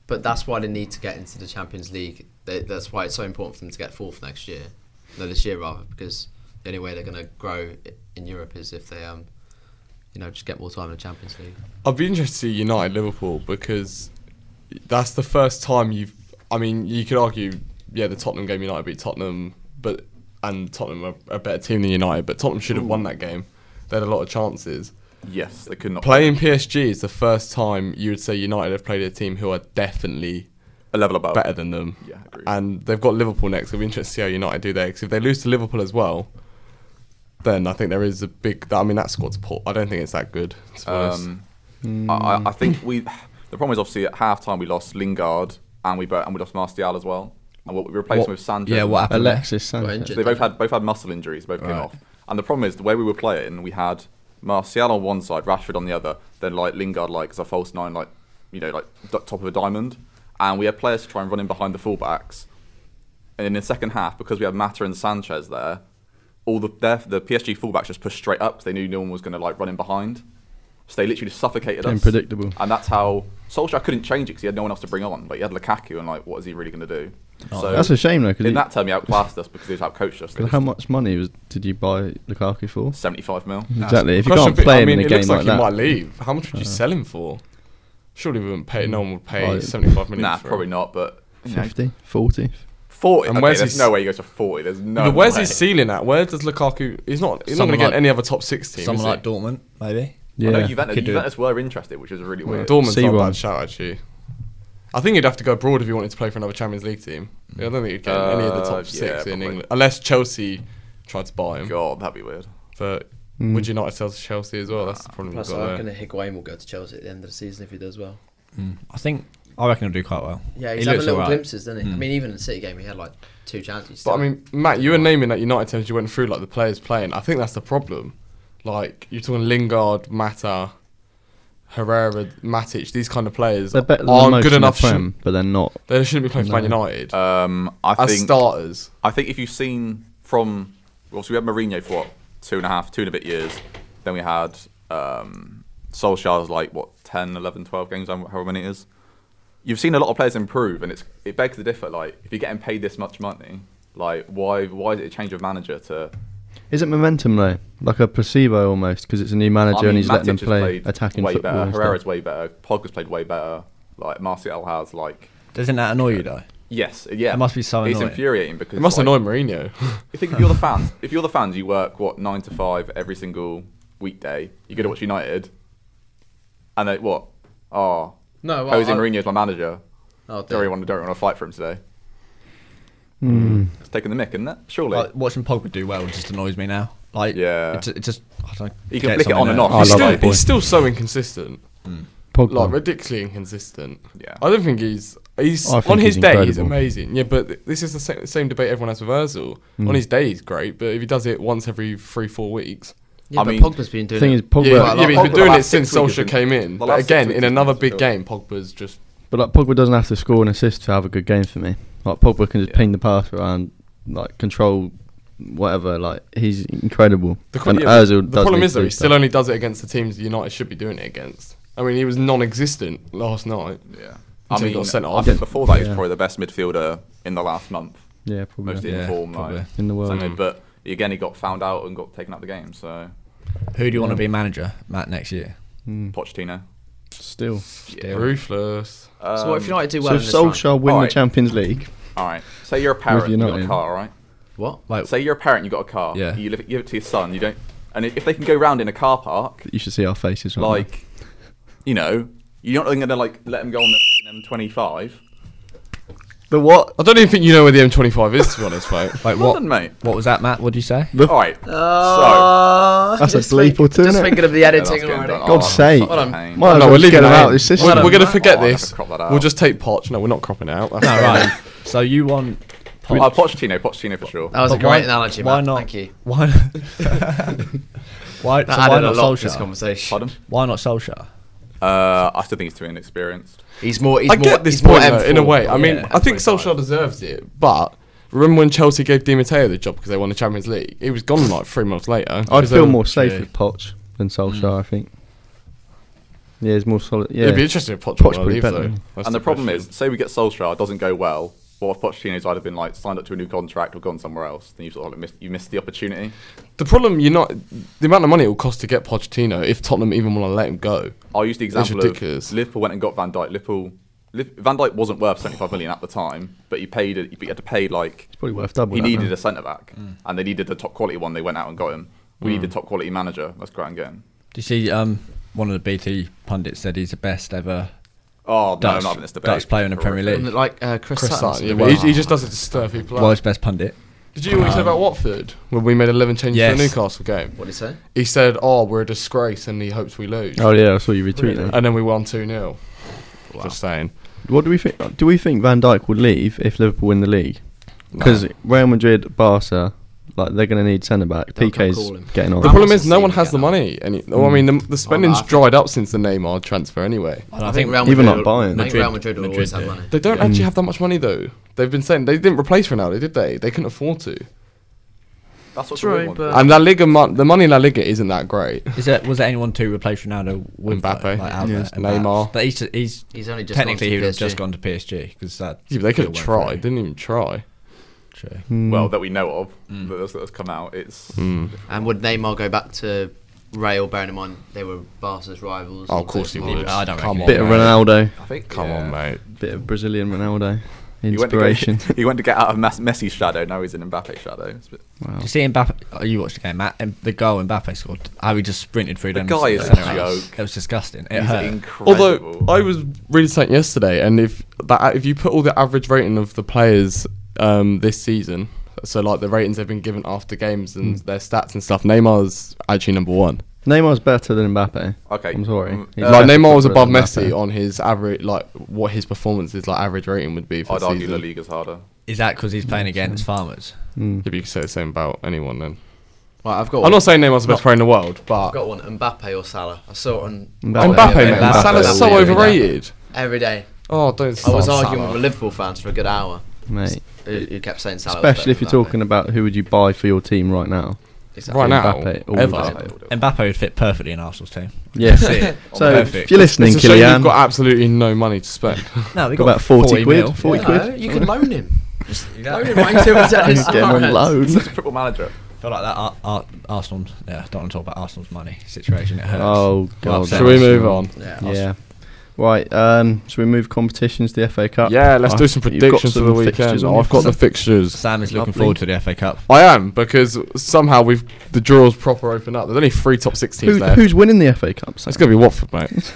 S5: But that's why they need to get into the Champions League. They, that's why it's so important for them to get fourth next year, no, this year rather, because the only way they're going to grow i- in Europe is if they um, you know, just get more time in the Champions League.
S4: I'd be interested to see United Liverpool because that's the first time you've. I mean, you could argue, yeah, the Tottenham game United beat Tottenham, but and Tottenham are a better team than United, but Tottenham should have won that game. They had a lot of chances.
S2: yes, they could not
S4: Playing PSG is the first time you would say United have played a team who are definitely
S2: a level above.
S4: better than them.
S2: Oh. Yeah, agreed.
S4: And they've got Liverpool next. It'll be interesting to see how United do there. Because if they lose to Liverpool as well, then I think there is a big. I mean, that squad's poor. I don't think it's that good. to be honest.
S2: Um, I, I- I think we. The problem is obviously at half time we lost Lingard and we bo- and we lost Martial as well, and what we replaced him with Sanchez.
S3: Yeah, what happened?
S1: Alexis
S5: Got
S1: Sanchez.
S5: injured.
S2: So they both had both had muscle injuries, both came
S3: Right.
S2: off. And the problem is the way we were playing, we had Martial on one side, Rashford on the other, then like Lingard like as a false nine, like you know like d- top of a diamond, and we had players to try and run in behind the fullbacks. And in the second half, because we had Mata and Sanchez there, all the their, the PSG fullbacks just pushed straight up because they knew no one was going to like run in behind. So they literally just suffocated us.
S1: Unpredictable.
S2: And that's how Solskjaer couldn't change it because he had no one else to bring on. Like he had Lukaku, and like what is he really going to do? so
S1: Oh, That's a shame though,
S2: in that
S1: because
S2: term, he outclassed us because he was outcoached us.
S1: how much money was did you buy Lukaku for?
S2: 75 mil.
S1: Exactly. If you
S4: Question
S1: can't
S4: being-
S1: play
S4: I
S1: him
S4: mean,
S1: in a
S4: it
S1: game
S4: looks
S1: like,
S4: like,
S1: that, Uh-huh.
S4: he might leave. How much would you sell him for? Surely we wouldn't pay. No one would pay
S1: Oh,
S4: seventy-five million.
S2: Nah,
S4: for
S2: probably
S4: him.
S2: not, but you know,
S1: 50, 40.
S2: 40.
S4: And
S2: okay,
S4: where's
S2: there's
S4: his-
S2: no way he goes to 40. There's no
S4: But where's
S2: way.
S4: his ceiling at? Where does Lukaku? He's not. He's
S3: Someone
S4: not going to
S3: like-
S4: get any other top six team.
S3: Someone
S4: is
S3: like Dortmund, maybe.
S2: I know
S1: Yeah.
S2: Juventus,
S3: could do it.
S2: Juventus were interested, which is really
S4: he?
S2: weird.
S4: Dortmund's not a
S1: C1.
S4: bad shout actually. I think he'd have to go abroad if he wanted to play for another Champions League team. I don't think he'd get any of the
S2: Uh,
S4: top
S2: yeah,
S4: six in
S2: probably.
S4: England unless Chelsea tried to buy him.
S2: God, that'd be weird.
S4: But
S1: Mm.
S4: would United sell to Chelsea as well? That's the problem.
S5: Plus,
S4: we've
S5: I
S4: got
S5: reckon
S4: there.
S5: Higuain will go to Chelsea at the end of the season if he does well.
S3: I think. I reckon he'll do quite well.
S5: Yeah,
S3: He
S5: he's having
S3: looks
S5: little
S3: alright.
S5: glimpses, doesn't he? I mean, even in the City game, he had like two chances.
S4: But I mean, Matt, you were naming that United teams you went through like the players playing. I think that's the problem. Like you're talking Lingard, Mata, Herrera, Matic. These kind of players
S1: They're better than
S4: aren't
S1: most
S4: Oh, good
S1: in the
S4: enough.
S1: Prem,
S4: Shouldn't,
S1: but they're not.
S4: they shouldn't be playing for Man
S1: No.
S4: United
S2: Um, I
S4: as
S2: think
S4: starters.
S2: I think if you've seen from. Obviously, we had Mourinho for what? Two and a half, two and a bit years. Then we had um, Solskjaer's like, what, 10, 11, 12 games, um, however many it is. You've seen a lot of players improve, and it's it begs the differ. Like, if you're getting paid this much money, like, why why is it a change of manager to
S1: Is it momentum though? Like a placebo almost, because it's a new manager and he's
S2: Matic
S1: letting them
S2: has
S1: play
S2: played
S1: attacking
S2: way
S1: football.
S2: Better.
S1: and stuff.
S2: Herrera's way better. Pogba's played way better. Like Martial has like
S3: Doesn't that annoy you though?
S2: yes, yeah.
S3: It must be so
S2: It's
S3: annoying.
S2: infuriating because
S4: It must
S2: like,
S4: annoy Mourinho.
S2: You think if you're the fans, if you're the fans, you work what nine to five every single weekday. You go to watch United, and they what? Oh,
S5: no,
S2: Jose Mourinho's my manager.
S5: Oh,
S2: Don't really want to don't want to fight for him today.
S1: Hmm.
S2: It's taking the mick, isn't it? Surely.
S3: Like, watching Pogba do well just annoys me now. Like,
S2: Yeah.
S3: it, ju- it just I don't.
S2: He
S3: get
S2: can flick it
S3: something
S2: on and
S3: there.
S2: off.
S3: I
S4: he's,
S3: love
S4: still,
S3: that boy.
S4: he's still so inconsistent,
S1: Pogba.
S4: like ridiculously inconsistent.
S2: Yeah.
S4: I don't think he's he's
S1: I think
S4: on his
S1: he's
S4: day he's
S1: incredible.
S4: amazing. Yeah, but th- this is the same, same debate everyone has with Özil.
S1: Hmm.
S4: On his day he's great, but if he does it once every three four weeks,
S5: Yeah,
S2: I
S5: but
S2: mean-
S5: Pogba's been doing
S1: thing
S5: it.
S1: is, Pogba-
S4: yeah,
S1: Well, like,
S4: yeah, but he's
S2: Pogba
S4: been doing
S2: last
S4: it since
S2: six weeks
S4: Solskjaer
S2: has been-
S4: came in.
S2: the
S4: But
S2: last six
S4: again,
S2: weeks
S4: in
S2: has been
S4: another
S2: his
S4: big
S2: build.
S4: game, Pogba's just
S1: But like Pogba doesn't have to score an assist to have a good game for me. Like Pogba can just
S2: Yeah.
S1: ping the pass around, like control whatever. Like he's incredible.
S4: The, qu-
S1: and
S4: yeah,
S1: Ozil
S4: the
S1: does
S4: problem
S1: need
S4: is
S1: to
S4: though
S1: do
S4: he
S1: stuff.
S4: still only does it against the teams United should be doing it against. I mean, he was non-existent last night.
S2: yeah. I
S4: Until he
S2: mean,
S4: got sent
S2: I
S4: off.
S2: think before that, he's
S1: Yeah.
S2: probably the best midfielder in the last month,
S1: yeah, probably
S2: most
S1: yeah.
S2: in
S3: Yeah,
S2: form,
S3: probably.
S2: like,
S1: in the world.
S2: something. But again, he got found out and got taken out of the game. So
S3: Who do you
S2: Mm.
S3: want to be manager, Matt, next year?
S1: Mm,
S2: Pochettino.
S1: still.
S4: Ruthless.
S5: so what if
S2: Um,
S5: United do well
S1: So
S5: in
S1: if
S5: this round?
S1: Solskjaer win
S2: Alright.
S1: the Champions League,
S2: All right. Say you're a parent, you got a
S1: United.
S2: car, all right?
S5: What?
S3: Like,
S2: Say you're a parent, you got a car.
S3: Yeah.
S2: You live, give it to your son. You don't. And if they can go round in a car park,
S1: you should see our faces. Right now.
S2: like, you know, you're not going to like let them go on the M25.
S1: the what?
S4: I don't even think you know where the M25 is, to be honest, mate.
S3: like
S2: Well
S3: what?
S2: done, mate.
S3: What was that, Matt? What did you say?
S1: The
S2: All right.
S5: Uh,
S1: That's a
S5: just
S1: bleep
S5: think-
S1: or two,
S5: Just
S1: innit?
S5: thinking of the
S2: Yeah, that's
S5: editing
S2: getting
S5: already.
S2: done.
S1: God's
S2: that's
S1: sake.
S2: such a
S5: Hold on.
S2: pain.
S1: Might as
S4: no,
S1: well just
S4: we're leaving
S1: get
S4: it
S1: him out
S4: in.
S1: of this
S4: We're,
S1: system.
S4: we're gonna forget
S2: Oh, I'll have
S4: this.
S2: to crop that out.
S4: We'll just take Poch. No, we're not cropping it out. That's
S3: No, right. So you want? Pog-
S2: Oh, Pochettino, Pochettino for sure.
S5: That was a
S3: But
S5: great
S3: why-
S5: analogy,
S3: why
S5: Matt.
S3: not-
S5: Thank you.
S3: Why? why?
S5: That
S3: so why
S5: added a
S3: not
S5: lot to this
S3: Solskjaer?
S5: conversation.
S2: Pardon?
S3: Why not Solskjaer?
S2: Uh, I still think he's too inexperienced.
S5: He's more. He's
S4: I
S5: more,
S4: get this
S5: he's more
S4: point though, in a
S5: M4.
S4: way. I mean,
S5: Yeah,
S4: I think
S5: M25.
S4: Solskjaer deserves it, but remember when Chelsea gave Di Matteo the job because they won the Champions League? He was gone like three months later.
S1: I'd
S4: Because they
S1: feel
S4: were-
S1: more safe
S3: Yeah.
S1: with Poch than
S5: Hmm.
S1: Solskjaer, I think. Yeah, he's more solid. Yeah,
S4: It'd be interesting if Poch,
S1: Poch
S4: were
S1: would be
S4: leave,
S1: better.
S4: though.
S1: And
S4: That's
S2: and the problem
S4: question.
S2: is, say we get Solskjaer, it doesn't go well. What if Pochettino's either been like signed up to a new contract or gone somewhere else? Then you sort of like, missed, you missed the opportunity.
S4: The problem, you're not the amount of money it will cost to get Pochettino if Tottenham even want to let him go.
S2: I'll use the example of
S4: ridiculous.
S2: Liverpool went and got Van Dijk. Liverpool, Liv- Van Dijk wasn't worth 75 million at the time, but he paid. it- He had to pay like
S1: probably worth double
S2: he
S1: that
S2: needed
S1: now.
S2: a centre back,
S3: Mm.
S2: and they needed a top quality one. They went out and got him. We
S4: Mm.
S2: need a top quality manager. Let's go out and get him.
S3: Do you see? Um, one of the BT pundits said he's the best ever
S2: Oh no,
S3: Dutch,
S2: I'm not having this debate.
S3: Dutch player in the Premier
S2: Horrific.
S3: League.
S5: Like uh, Chris,
S4: Chris
S5: Sutton's
S4: Sutton,
S5: the
S4: yeah, but he,
S5: best.
S4: he just does it to stir people up.
S3: world's best pundit.
S4: Did you hear what he said about Watford when we made 11 changes for
S3: Yes.
S4: the Newcastle game?
S5: What did he say?
S4: He said, "Oh, we're a disgrace," and he hopes we lose.
S1: Oh yeah, I saw you retweet that.
S4: And then we won two 0 Just saying.
S1: What do we think? Do we think Van Dijk would leave if Liverpool win the league? Because Real Madrid, Barca, like they're going to need centre back.
S5: They'll come
S1: PK's
S5: call him.
S1: getting on.
S4: The problem is,
S5: Ramos's
S4: no one
S5: seen
S4: has
S5: it
S4: the
S5: now.
S4: money. Any, well, I mean, the, the spending's
S5: I think-
S4: dried up since the Neymar transfer, anyway.
S3: I, don't think,
S5: Real
S1: Even
S5: Madrid
S1: like Bayern.
S5: I think Real
S3: Madrid-
S5: Madrid will
S3: Madrid
S5: always have
S3: do.
S5: money.
S4: They don't actually have that much money, though. They've been saying they didn't replace Ronaldo, did they? They couldn't afford to.
S2: That's what's
S5: True,
S2: True,
S5: but-
S4: And La Liga, mon- the money in La Liga isn't that great.
S3: Is there, was there anyone to replace Ronaldo with
S4: Mbappe.
S3: like, like, out
S1: Yeah.
S3: there?
S4: Neymar.
S3: But he's he's,
S5: He's only just
S3: technically
S5: gone to
S3: he would have
S5: PSG.
S3: just gone to PSG because that.
S4: Yeah, but they could have
S3: deal went
S4: tried.
S3: through.
S4: Didn't even try.
S3: True.
S1: Hmm.
S2: well that we know of
S3: Mm.
S2: that that's, that's come out. It's
S4: Mm.
S5: And would Neymar go back to Real? Bearing in mind they were Barca's rivals.
S4: Oh, of course he
S5: They-
S4: would.
S3: I don't
S4: Come
S3: reckon
S4: on,
S3: he
S1: bit of
S4: mate.
S1: Ronaldo,
S2: I think
S4: Come on,
S2: yeah.
S4: mate.
S1: bit of Brazilian Ronaldo
S2: He went, to go,
S1: inspiration.
S2: he went to get out of Mas- Messi's shadow. Now he's in Mbappe's shadow. It's a bit-
S1: wow.
S3: Did you see Mbappe? Oh, you watched the game, Matt. And the goal Mbappe scored. How he just sprinted through
S2: The
S3: them.
S2: guy is a
S3: centre halves.
S2: joke.
S3: It was disgusting. It
S2: He's
S3: hurt.
S2: incredible.
S4: Although I was really sent yesterday, and if that if you put all the average rating of the players um, this season, so like the ratings they've been given after games and their stats and stuff, Neymar's actually number one.
S1: Neymar's better than Mbappe.
S2: Okay.
S1: I'm sorry.
S2: Mm,
S1: He's
S2: uh,
S4: like
S1: better
S4: Neymar was
S1: than
S4: above
S1: Mbappe.
S4: Messi on his average, like what his performances like average rating would be for
S2: I'd
S4: the
S2: argue
S4: season.
S2: La Liga's harder.
S3: Is that because he's playing against farmers?
S1: Hmm,
S4: If you could say the same about anyone, then
S5: Right, I've got.
S4: I'm
S5: one.
S4: not saying Neymar's the best player in the world,
S5: I've
S4: but
S5: Oh. got one. Mbappe or Salah. I saw it on
S1: Mbappe.
S4: Mbappe,
S5: Yeah,
S4: man,
S3: Mbappe.
S4: Salah's so
S5: Mbappe.
S4: overrated.
S5: every day.
S4: Oh, don't.
S5: I
S4: start
S5: was
S4: Salah.
S5: arguing with a Liverpool fans for a good hour.
S1: mate.
S5: Who who kept saying Salah. was
S1: Especially if
S5: better
S1: you're
S5: than Mbappe.
S1: talking about who would you buy for your team right now.
S5: Exactly.
S4: right now.
S1: Mbappe all
S4: ever.
S1: day.
S3: Mbappe would fit perfectly in Arsenal's team.
S1: Yes. so if
S3: Perfect.
S1: you're listening,
S4: It's a shame
S1: Kilian,
S4: you've got absolutely no money to spend.
S3: No, we
S1: Got
S3: got,
S1: about 40 quid,
S3: mil.
S1: 40
S5: No,
S1: quid.
S5: you can loan him.
S3: Yeah.
S5: Loan him right to Mateus
S1: get him on
S5: Suarez.
S1: loan.
S2: Football manager.
S3: feel like that Ar- Ar- Arsenal. Yeah, don't want to talk about Arsenal's money situation. It hurts.
S1: Oh god.
S3: upset.
S4: Shall we move on?
S5: Yeah. I'll-
S1: Yeah. Right, um, should we move competitions to the FA Cup? Oh,
S4: Yeah, let's do some
S1: You've got
S4: predictions for
S1: some
S4: the
S1: fixtures
S4: weekend. Oh,
S1: on your
S4: I've got the fixtures.
S3: Sam is looking
S1: Lovely.
S3: forward to the FA Cup.
S4: I am because somehow we've the draws proper open up. There's only three top six teams
S1: Who,
S4: left.
S1: who's winning the FA Cup? Sam?
S4: It's gonna be Watford, mate.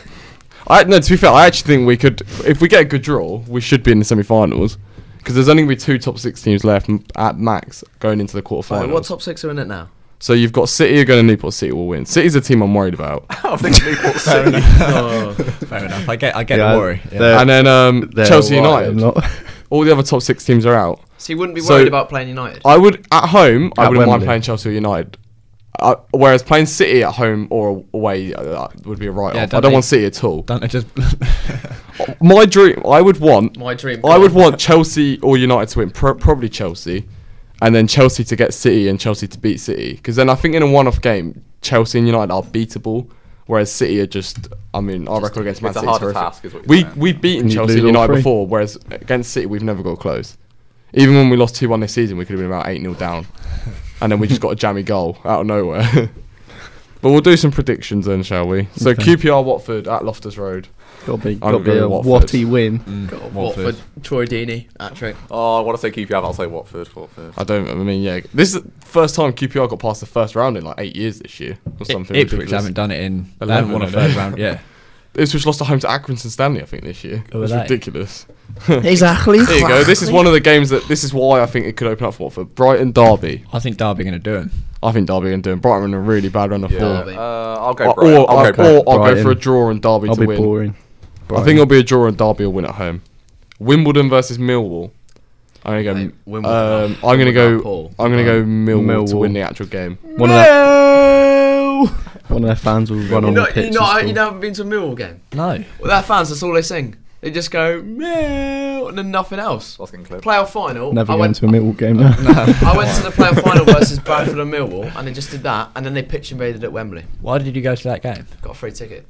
S4: I no. To be fair, I actually think we could, if we get a good draw, we should be in the semi-finals. because there's only going to be two top six teams left m- at max going into the
S5: Wait, what
S4: quarterfinals.
S5: top six are in it now?
S4: so you've got City are going to Newport City will win. City's a team I'm worried about,
S2: I think Newport
S3: Fair
S2: City.
S3: enough.
S4: Oh,
S3: Fair enough. I get. I get
S1: Yeah,
S3: the worry. Yeah.
S1: they're-
S4: and then um,
S1: They're
S4: Chelsea
S1: all right,
S4: United.
S1: they're not.
S4: All the other top six teams are out.
S5: So you wouldn't be
S4: So-
S5: worried about playing United.
S4: I would at home. I
S1: At
S4: wouldn't mind
S1: Wembley.
S4: playing Chelsea or United. Uh, whereas playing City at home or away uh, would be a write
S3: Yeah,
S4: off. I
S3: don't
S4: don't
S3: they-
S4: want City at all.
S3: Don't I just?
S4: My dream, I would want,
S5: My dream
S4: I would
S5: goal.
S4: want Chelsea or United to win, pro- probably Chelsea, and then Chelsea to get City and Chelsea to beat City. Because then I think in a one-off game, Chelsea and United are beatable, whereas City are just, I mean, our record against Man
S2: it's a
S4: City is
S2: harder
S4: horrific.
S2: task, is what you're
S4: we
S2: saying.
S4: we've beaten
S1: And you
S4: Chelsea
S1: lose
S4: and
S1: all
S4: United
S1: three.
S4: before, whereas against City we've never got close. Even when we lost two-one this season, we could have been about eight 0 down, and then we just got a jammy goal out of nowhere. But we'll do some predictions then, shall we? So QPR Watford at Loftus Road.
S1: Got to be,
S4: I
S1: got
S4: would
S1: to be
S4: go
S1: a
S4: Watford.
S1: Watty win.
S3: Watford.
S5: God, Watford, Troy Deeney, hat trick.
S2: Oh, I want to say QPR, but I'll say Watford. Watford.
S4: I don't. I mean, yeah. This is the first time QPR got past the first round in like eight years this year, or something.
S3: Ipswich
S4: ridiculous.
S3: haven't done it in. They
S4: Eleven,
S3: haven't won a
S4: haven't they?
S3: third round. Yeah.
S4: Ipswich lost at home to Accrington Stanley, I think, this year.
S3: Who are
S4: it's
S3: they?
S4: ridiculous.
S1: Exactly.
S4: There you go. This is one of the games that. This is why I think it could open up for Watford. Brighton Derby.
S3: I think Derby going to do it.
S4: I think Derby and doing Brighton are in a really bad run of
S2: Yeah.
S4: form.
S5: Derby.
S2: Uh, I'll go.
S4: Or,
S2: Brighton.
S4: or,
S2: I'll
S4: I'll,
S2: go Brighton.
S4: or I'll go
S1: Brighton.
S4: for a draw and Derby
S1: I'll
S4: to
S1: be
S4: win.
S1: boring.
S4: I think it'll be a draw and Derby will win at home. Wimbledon versus Millwall. I'm gonna
S5: Mate,
S4: go.
S5: Wimbledon
S4: Um,
S5: are-
S4: I'm gonna
S5: Wimbledon are
S4: go.
S5: poor.
S4: I'm gonna go Millwall to
S1: Um, Millwall.
S4: win the actual game.
S1: One of, their, one of their fans will run
S5: You
S1: on the
S5: not,
S1: pitch.
S5: you
S1: and
S5: not,
S1: score.
S5: you haven't been to a Millwall game.
S3: No.
S5: Well, their fans, that's all they sing. They just go Mill and then nothing else.
S2: That's getting clipped.
S5: Playoff final.
S1: Never
S5: I
S1: going
S5: went.
S1: to a Millwall game now.
S5: I went to the playoff final versus Bradford and Millwall, and they just did that, and then they pitch invaded at Wembley.
S3: Why did you go to that game?
S5: Got a free ticket.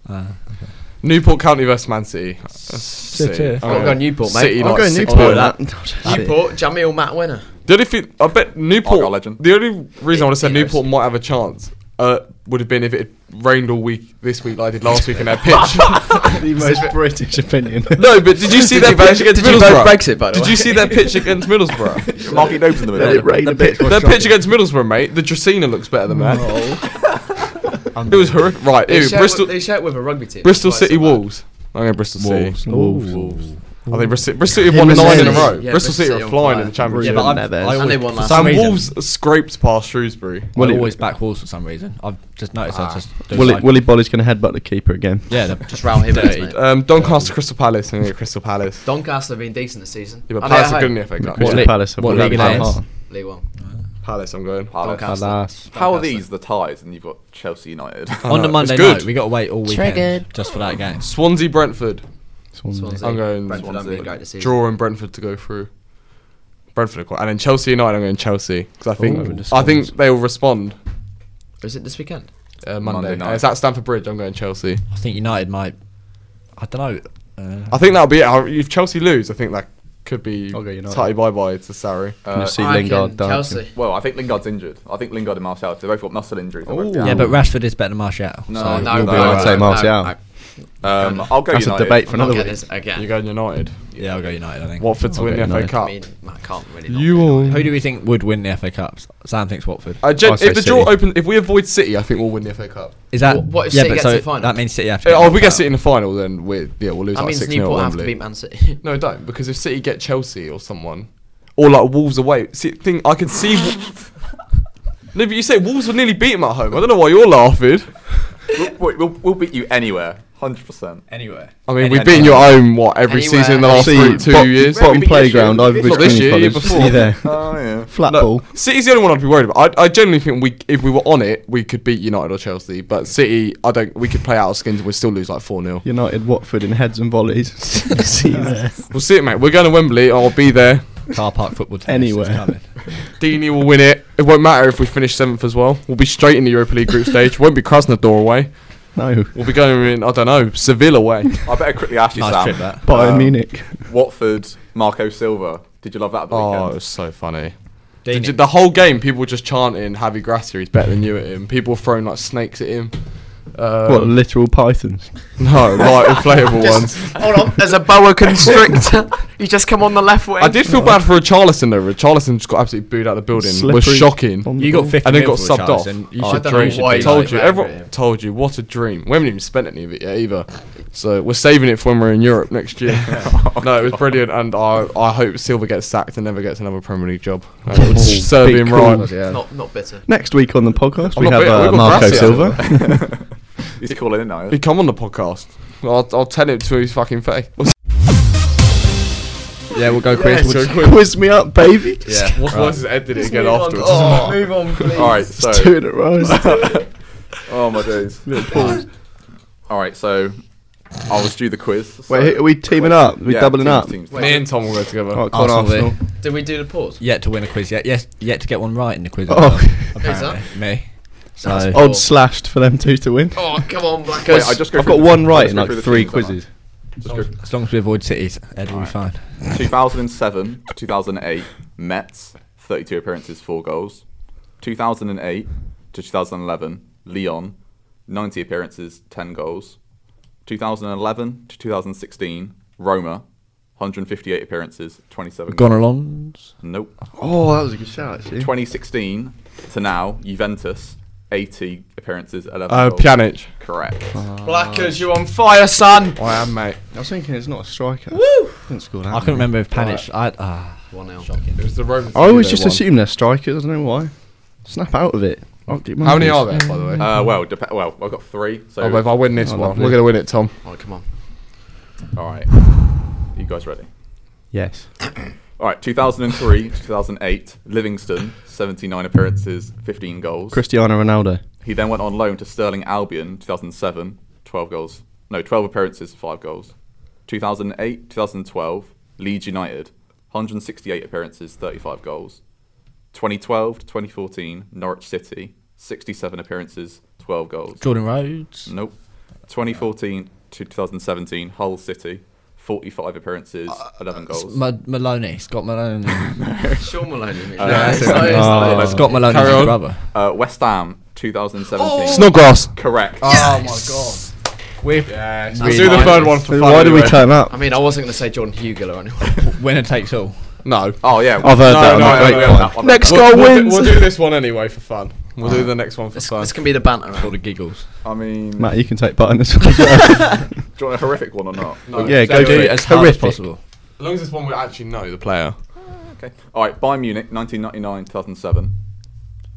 S4: Newport County versus Man City. Uh, City.
S3: I've
S5: gotta
S4: Okay.
S5: go Newport, mate.
S4: City,
S5: I'll
S4: like,
S1: go
S4: six
S1: Newport.
S4: points.
S1: that.
S5: Newport, Jamil, Matt Winner.
S4: The only thing, I bet Newport.
S2: I'll go legend.
S4: The only reason I would have said
S5: Yes.
S4: Newport might have a chance uh, would have been if it had rained all week this week, like it did last week in their pitch.
S1: the most British opinion.
S4: no, but did you see their pitch against Middlesbrough?
S5: by
S4: did you see their pitch against Middlesbrough?
S2: Marky Nobes in the middle.
S1: it rain a bit.
S4: their pitch against Middlesbrough, mate. The Dracaena looks better than that. it was horrific. Right,
S5: They
S4: ew,
S5: share,
S4: Bristol,
S5: with, they share it with a rugby team.
S4: Bristol
S5: That's why it's
S4: City
S5: so bad.
S4: Wolves. I'm going Bristol
S3: Wolves.
S4: City.
S1: Wolves.
S4: I think Bristol, Bristol City
S1: Him
S4: have
S1: and
S4: won nine in
S1: City.
S4: a row.
S5: Yeah,
S4: Bristol City
S5: City
S4: are
S5: on
S4: flying
S5: fire.
S4: in the Championship.
S3: Yeah,
S1: Brilliant.
S3: but I've,
S1: Neves.
S3: I
S1: And
S3: always,
S5: they won
S3: for
S5: last
S3: some
S4: and
S3: reason,
S4: Wolves scraped past Shrewsbury.
S1: Well,
S3: I
S1: it-
S3: always back Wolves for some reason. I've just noticed. I just do
S1: Willie,
S3: like-
S1: Willie Bolly's going to headbutt the keeper again.
S3: Yeah, they're
S5: Just round him,
S3: Dirty.
S5: mate.
S4: Um, Doncaster Crystal Palace. I'm going to go Crystal Palace.
S5: Doncaster have been decent this season.
S4: Yeah, but
S5: Are they
S4: Palace
S5: at
S4: are good in
S5: home?
S4: the FA Cup.
S1: Crystal
S3: league-
S1: Palace have
S3: what
S1: won
S3: league
S1: it
S3: are they in?
S1: by half.
S5: League One.
S4: Palace, I'm going.
S2: Palace.
S5: Doncaster.
S1: Palace.
S2: How are
S5: Doncaster.
S2: these the ties and you've got Chelsea United?
S4: Oh, no,
S3: on the
S4: it's
S3: Monday
S4: good.
S3: night. We got to wait all weekend
S5: Triggered.
S3: just for that game.
S4: Swansea, Brentford.
S1: Swansea.
S5: Swansea.
S4: I'm going
S5: Brentford haven't
S2: Swansea.
S5: been great this season.
S4: Draw and Brentford to go through. Brentford, of course. and then Chelsea United. I'm going Chelsea because I
S1: Ooh.
S4: think I think they will respond
S5: Is it this weekend?
S4: uh, Monday.
S2: Monday
S4: night.
S2: night.
S4: it's at Stamford Bridge. I'm going Chelsea.
S3: I think United might. I don't know. Uh,
S4: I think that'll be it. I- If Chelsea lose, I think that could be
S1: I'll go United.
S4: tidy bye bye to Sarri.
S1: You
S2: Uh,
S1: see
S5: I reckon
S1: Lingard dancing.
S5: Chelsea.
S2: well, I think Lingard's injured. I think Lingard and Martial. They both got muscle injuries. They're both down.
S3: yeah, but Rashford is better than Martial.
S2: No,
S3: so
S2: no,
S3: we'll
S2: no,
S3: Oh, be alright.
S1: I'd say Martial.
S2: Um, I'll go
S1: That's a
S2: United.
S1: debate for
S5: I'm not
S1: another
S5: getting
S1: week.
S5: this again.
S4: You're going United.
S3: Yeah, I'll go United. I think.
S4: Watford to
S1: I'll
S4: win
S1: go
S4: the FA
S1: United.
S4: Cup.
S5: I mean, I can't really. not
S4: You
S5: be
S4: will.
S5: United.
S3: Who do we think would win the FA Cup? Sam thinks Watford.
S4: I gen-
S1: I'll
S4: Uh, if
S1: say
S4: the draw
S1: City.
S4: opens, if we avoid City, I think we'll win the FA Cup.
S3: Is that
S5: Wh- what if
S3: yeah?
S5: City
S3: but
S5: gets
S3: so
S5: to the final?
S3: that means City have to.
S4: Uh,
S3: get
S4: Oh, if we
S3: knocked
S4: get
S3: out.
S4: City in the final, then we yeah we'll lose
S5: That
S4: like
S5: means
S4: six 0
S5: Newport have to beat Man City.
S4: No, don't because if City get Chelsea or someone, or like Wolves away, see, thing I could see. no, but you say Wolves would nearly beat them at home. I don't know why you're laughing.
S2: We'll, we'll- we'll- we'll beat you anywhere, hundred percent.
S3: Anywhere.
S4: I mean,
S3: Any-
S4: we've beaten your own what every
S5: Anywhere.
S4: season in the last
S1: See,
S4: three, two
S1: bot-
S4: years.
S2: Well,
S1: Bottom
S2: we beat this year,
S1: playground,
S2: we beat
S1: Ivory
S4: this year,
S1: Green
S4: year
S1: College.
S4: before.
S1: See you there.
S2: Oh yeah.
S1: Flat
S4: No,
S1: ball.
S4: City's the only one I'd be worried about. I, I generally think we, if we were on it, we could beat United or Chelsea. But City, I don't. We could play out of skins and we'd still lose like four 0
S1: United, Watford in heads and volleys. See you there.
S4: We'll see it, mate. We're going to Wembley. I'll be there.
S3: Car park football. tennis,
S1: Anywhere.
S3: it's coming.
S4: Deeney will win it. It won't matter if we finish seventh as well. We'll be straight in the Europa League group stage. Won't be Krasnodar away.
S1: No.
S4: We'll be going in. I don't know Seville away.
S2: I better quickly ask you,
S3: Nice
S2: Sam.
S3: trip, that.
S1: Bayern
S2: Um,
S1: Munich.
S2: Watford, Marco Silva. Did you love that at the
S4: Oh, it
S2: weekend?
S4: was so funny.
S3: Deeney.
S4: The whole game, people were just chanting Javi Gracia. He's better than you at him. People were throwing like snakes at him. Um,
S1: what literal pythons?
S4: No, like inflatable
S5: Just-
S4: ones.
S5: Hold on, there's a boa constrictor. you just come on the left wing.
S4: I did feel bad for Richarlison though. Richarlison just got absolutely booed out of the building. was
S1: Slippery
S4: shocking.
S1: on the
S3: You got
S1: ball.
S3: 50
S4: And then
S3: mil
S4: got
S3: for
S4: subbed off. I
S3: Richarlison. You should
S5: Oh, don't know
S3: dream.
S5: why
S3: you
S5: he
S3: should
S5: done
S4: told
S3: be
S5: it.
S4: you,
S5: Like,
S4: everyone
S5: yeah.
S4: told you, what a dream. We haven't even spent any of it yet either. So we're saving it for when we're in Europe next year. no, it was brilliant, and I, I hope Silva gets sacked and never gets another Premier League job. That would serve
S1: big
S4: him
S1: call.
S4: right.
S3: like- Yeah.
S5: Not not bitter.
S1: Next week on the podcast,
S4: I'm
S1: we
S4: not
S1: have
S4: bitter, we've
S1: uh,
S4: got
S1: Marco
S4: Gracia.
S1: Silva.
S2: He's calling in now.
S4: He come on the podcast. I'll, I'll tell him to his fucking face. What's,
S3: Yeah, we'll go quiz. We'll just-
S1: Quiz me up, baby.
S3: yeah.
S4: what's
S3: right.
S4: worse is Ed did it again
S5: Move on,
S4: afterwards.
S5: oh, move on, please.
S2: All right,
S1: It's two
S2: so
S1: in a row.
S2: oh my days. All right, so I was due the quiz. so-
S1: Wait, are we teaming up? Are we
S2: Yeah,
S1: doubling
S2: teams,
S1: up?
S2: teams, teams.
S4: Me and Tom will go together. Uh,
S1: Oh, come on,
S3: Arsenal
S1: Arsenal.
S3: V.
S5: Did we do the pause?
S3: Yet to win a quiz. Yet, yes, yet to get one right in the quiz. as
S1: Oh.
S3: well,
S1: Who's
S5: that?
S3: apparently. Me. So
S5: That's
S3: I
S5: Oh.
S1: Odds slashed for them two to win.
S5: Oh, come on, Blackers.
S2: Wait, I just go
S1: I've
S2: through
S1: got
S2: the-
S1: one
S2: I'll
S1: right
S2: just
S1: in
S2: go
S1: like
S2: through the
S1: three
S2: teams, don't I?
S1: quizzes.
S2: Just go-
S3: as long as we avoid cities, Ed will be fine.
S2: 2007, 2008, Mets, 32 appearances, 4 goals. 2008 to 2011, Leon, 90 appearances, 10 goals. 2011 to 2016, Roma, 158 appearances, 27 goals.
S3: Gonalons.
S2: Nope.
S1: Oh, that was a good shout, actually.
S2: 2016 to now, Juventus, 80 appearances, 11
S4: Uh,
S2: goals.
S4: Pjanic. Uh,
S2: Correct. Uh,
S5: Blackers, you on fire, son.
S4: I am, mate.
S1: I was thinking it's not a striker. Didn't score that.
S3: I couldn't remember if Panic. I ah.
S5: One 0
S4: It was the Romans.
S1: I always just assume they're strikers. I don't know why. Snap out of it. I'll Oh, do my
S4: How many
S1: best.
S4: are there, by the way?
S2: Uh, well, dep- well, I've got three. So,
S4: oh, but if I win this
S1: Oh,
S4: one,
S1: lovely.
S4: we're going to win it, Tom.
S5: Oh, come on.
S2: all right. You guys ready?
S1: Yes.
S2: All right, 2003, 2008, Livingston, 79 appearances, 15 goals.
S1: Cristiano Ronaldo.
S2: He then went on loan to Sterling Albion, 2007, 12 goals. No, 12 appearances, 5 goals. 2008, 2012, Leeds United, 168 appearances, 35 goals. 2012 to 2014, Norwich City, 67 appearances, 12 goals.
S3: Jordan Rhodes.
S2: Nope. 2014 to 2017, Hull City, 45 appearances, 11 goals.
S3: Ma- Maloney. Scott Maloney.
S5: Sean Maloney. mate. Yeah,
S2: Uh, that's
S5: it's
S2: it.
S5: not- it's not-
S2: Oh.
S3: Scott Maloney's
S4: Carry on.
S3: brother.
S2: Uh, West Ham, 2017.
S4: Snodgrass.
S2: Correct.
S3: Oh my god. We've
S4: Let's do the third one for
S1: Why
S4: fun.
S1: do we
S4: anyway.
S1: turn up?
S5: I mean, I wasn't going to say Jordan Hugel or anyone.
S3: Winner takes all.
S4: No.
S2: Oh yeah.
S1: I've heard
S4: No,
S1: that. on
S4: no,
S1: the
S4: no,
S1: great
S4: no,
S1: one.
S4: no,
S2: no, no.
S1: Next
S4: We'll-
S1: goal
S4: we'll, do-
S1: wins.
S4: We'll do this one anyway for fun. We'll do the next one for
S5: This,
S4: fun.
S5: this can be the banter.
S3: For the giggles.
S2: I mean,
S1: Matt, you can take part in this one. as well.
S2: do you want a horrific one or not?
S4: No.
S1: yeah,
S4: Go
S1: go
S4: do
S1: do
S4: it
S1: it.
S3: as hard as
S1: Horrific.
S3: possible.
S4: As long as this one we actually know the player.
S2: Okay. All right. Bayern Munich, 1999, 2007.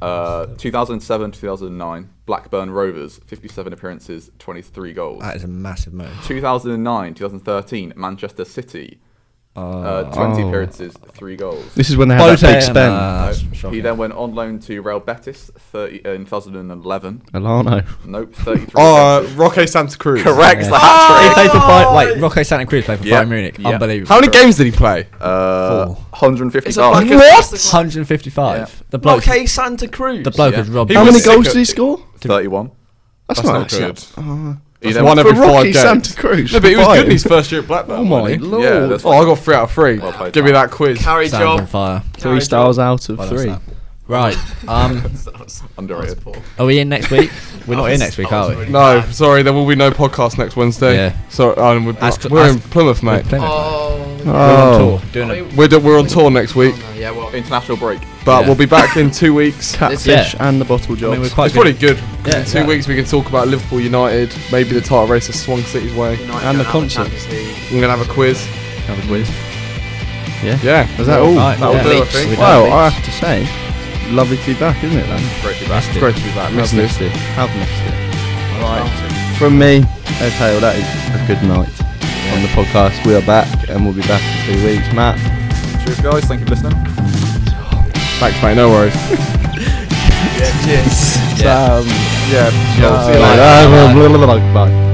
S2: Uh, 2007, 2009. Blackburn Rovers, 57 appearances, 23 goals.
S3: That is a massive move.
S2: 2009, 2013. Manchester City, uh, 20
S1: Oh.
S2: appearanges, three goals. Uh,
S1: This is when they had that big spend.
S2: He then went on loan to Real Betis 30, uh, in 2011.
S1: Alano.
S2: Nope, 33.
S4: Oh, uh,
S2: appearances.
S4: Roque Santa Cruz.
S2: Correct.
S3: Yeah.
S2: The hat
S4: Ah!
S3: He
S2: trick.
S3: played for Bayern. Wait, Rocco Santa Cruz played for
S2: Yeah.
S3: Bayern Munich.
S2: Yeah.
S3: Unbelievable.
S4: How many games did he play?
S2: Uh,
S3: Four.
S2: 155.
S5: It's a fucking- What?
S3: 155.
S2: Yeah.
S3: The bloke.
S5: Okay, Santa Cruz.
S3: The bloke
S2: Yeah.
S3: has robbed.
S4: He
S1: How
S4: was
S3: us.
S1: many
S4: sick
S1: goals
S4: of-
S1: did he score?
S2: 31.
S1: That's,
S4: That's
S1: not,
S4: not
S1: actually-
S4: good.
S1: Oh.
S2: He
S4: That's
S2: then
S4: one
S2: went
S4: every
S1: For
S4: five
S1: Rocky
S4: games.
S1: Santa Cruz.
S4: No, but he was
S1: Bayern.
S4: good in his first year at Blackburn.
S1: Oh my
S4: wasn't he?
S1: lord.
S2: Yeah, that's
S4: Oh, I got three out of three.
S2: Well played,
S4: Give me
S2: Matt.
S4: that quiz.
S5: carry
S3: Sam's on
S5: job.
S3: fire.
S1: Three stars out of
S3: Well done,
S1: three.
S3: Sam. Right. Um,
S2: Underrated.
S3: are we in next week? We're not
S5: That
S3: in
S5: was-
S3: next week,
S5: that was
S3: are we?
S5: really-
S4: No, sorry, there will be no podcast next Wednesday.
S3: Yeah.
S4: So um, we're,
S3: That's-
S4: we're
S3: that's-
S4: in Plymouth, mate.
S3: Plymouth.
S5: Oh.
S3: We're on
S1: Oh,
S3: tour, doing a-
S4: We're, d- we're on tour next week,
S5: Yeah, well,
S2: International break.
S4: but
S3: Yeah.
S4: we'll be back in two weeks.
S1: catfish
S3: Yeah.
S1: and the bottle
S3: I
S1: job.
S3: mean, we're quite
S4: It's probably good.
S3: Yeah,
S4: in two
S3: yeah.
S4: weeks we can talk about Liverpool United, maybe the title race has swung City's way.
S5: United
S1: And the
S5: going out of
S1: concert.
S5: Champions League.
S4: I'm gonna have a quiz.
S1: Have a quiz. Yeah.
S4: Yeah.
S1: Is that all?
S3: Right,
S1: That'll
S3: yeah.
S1: do, I
S3: Leaps.
S1: think.
S3: We've done
S1: Well,
S3: leaps.
S1: I have to say, lovely to be back, isn't it, then?
S2: Great to be back.
S3: That's
S4: It's
S3: it.
S4: great to be back.
S1: Have
S4: Missed it.
S1: missed it. Have missed it. Right. From me, okay, well, that is a good night on the podcast. We are back, and we'll be back in two weeks. Matt,
S2: Cheers, guys. Thank you for listening.
S4: Thanks, mate. No worries.
S5: Yes.
S1: Sam,
S4: Yeah.
S1: Chelsea,
S4: Bye.
S1: like, uh, blah, blah, blah, blah, bye.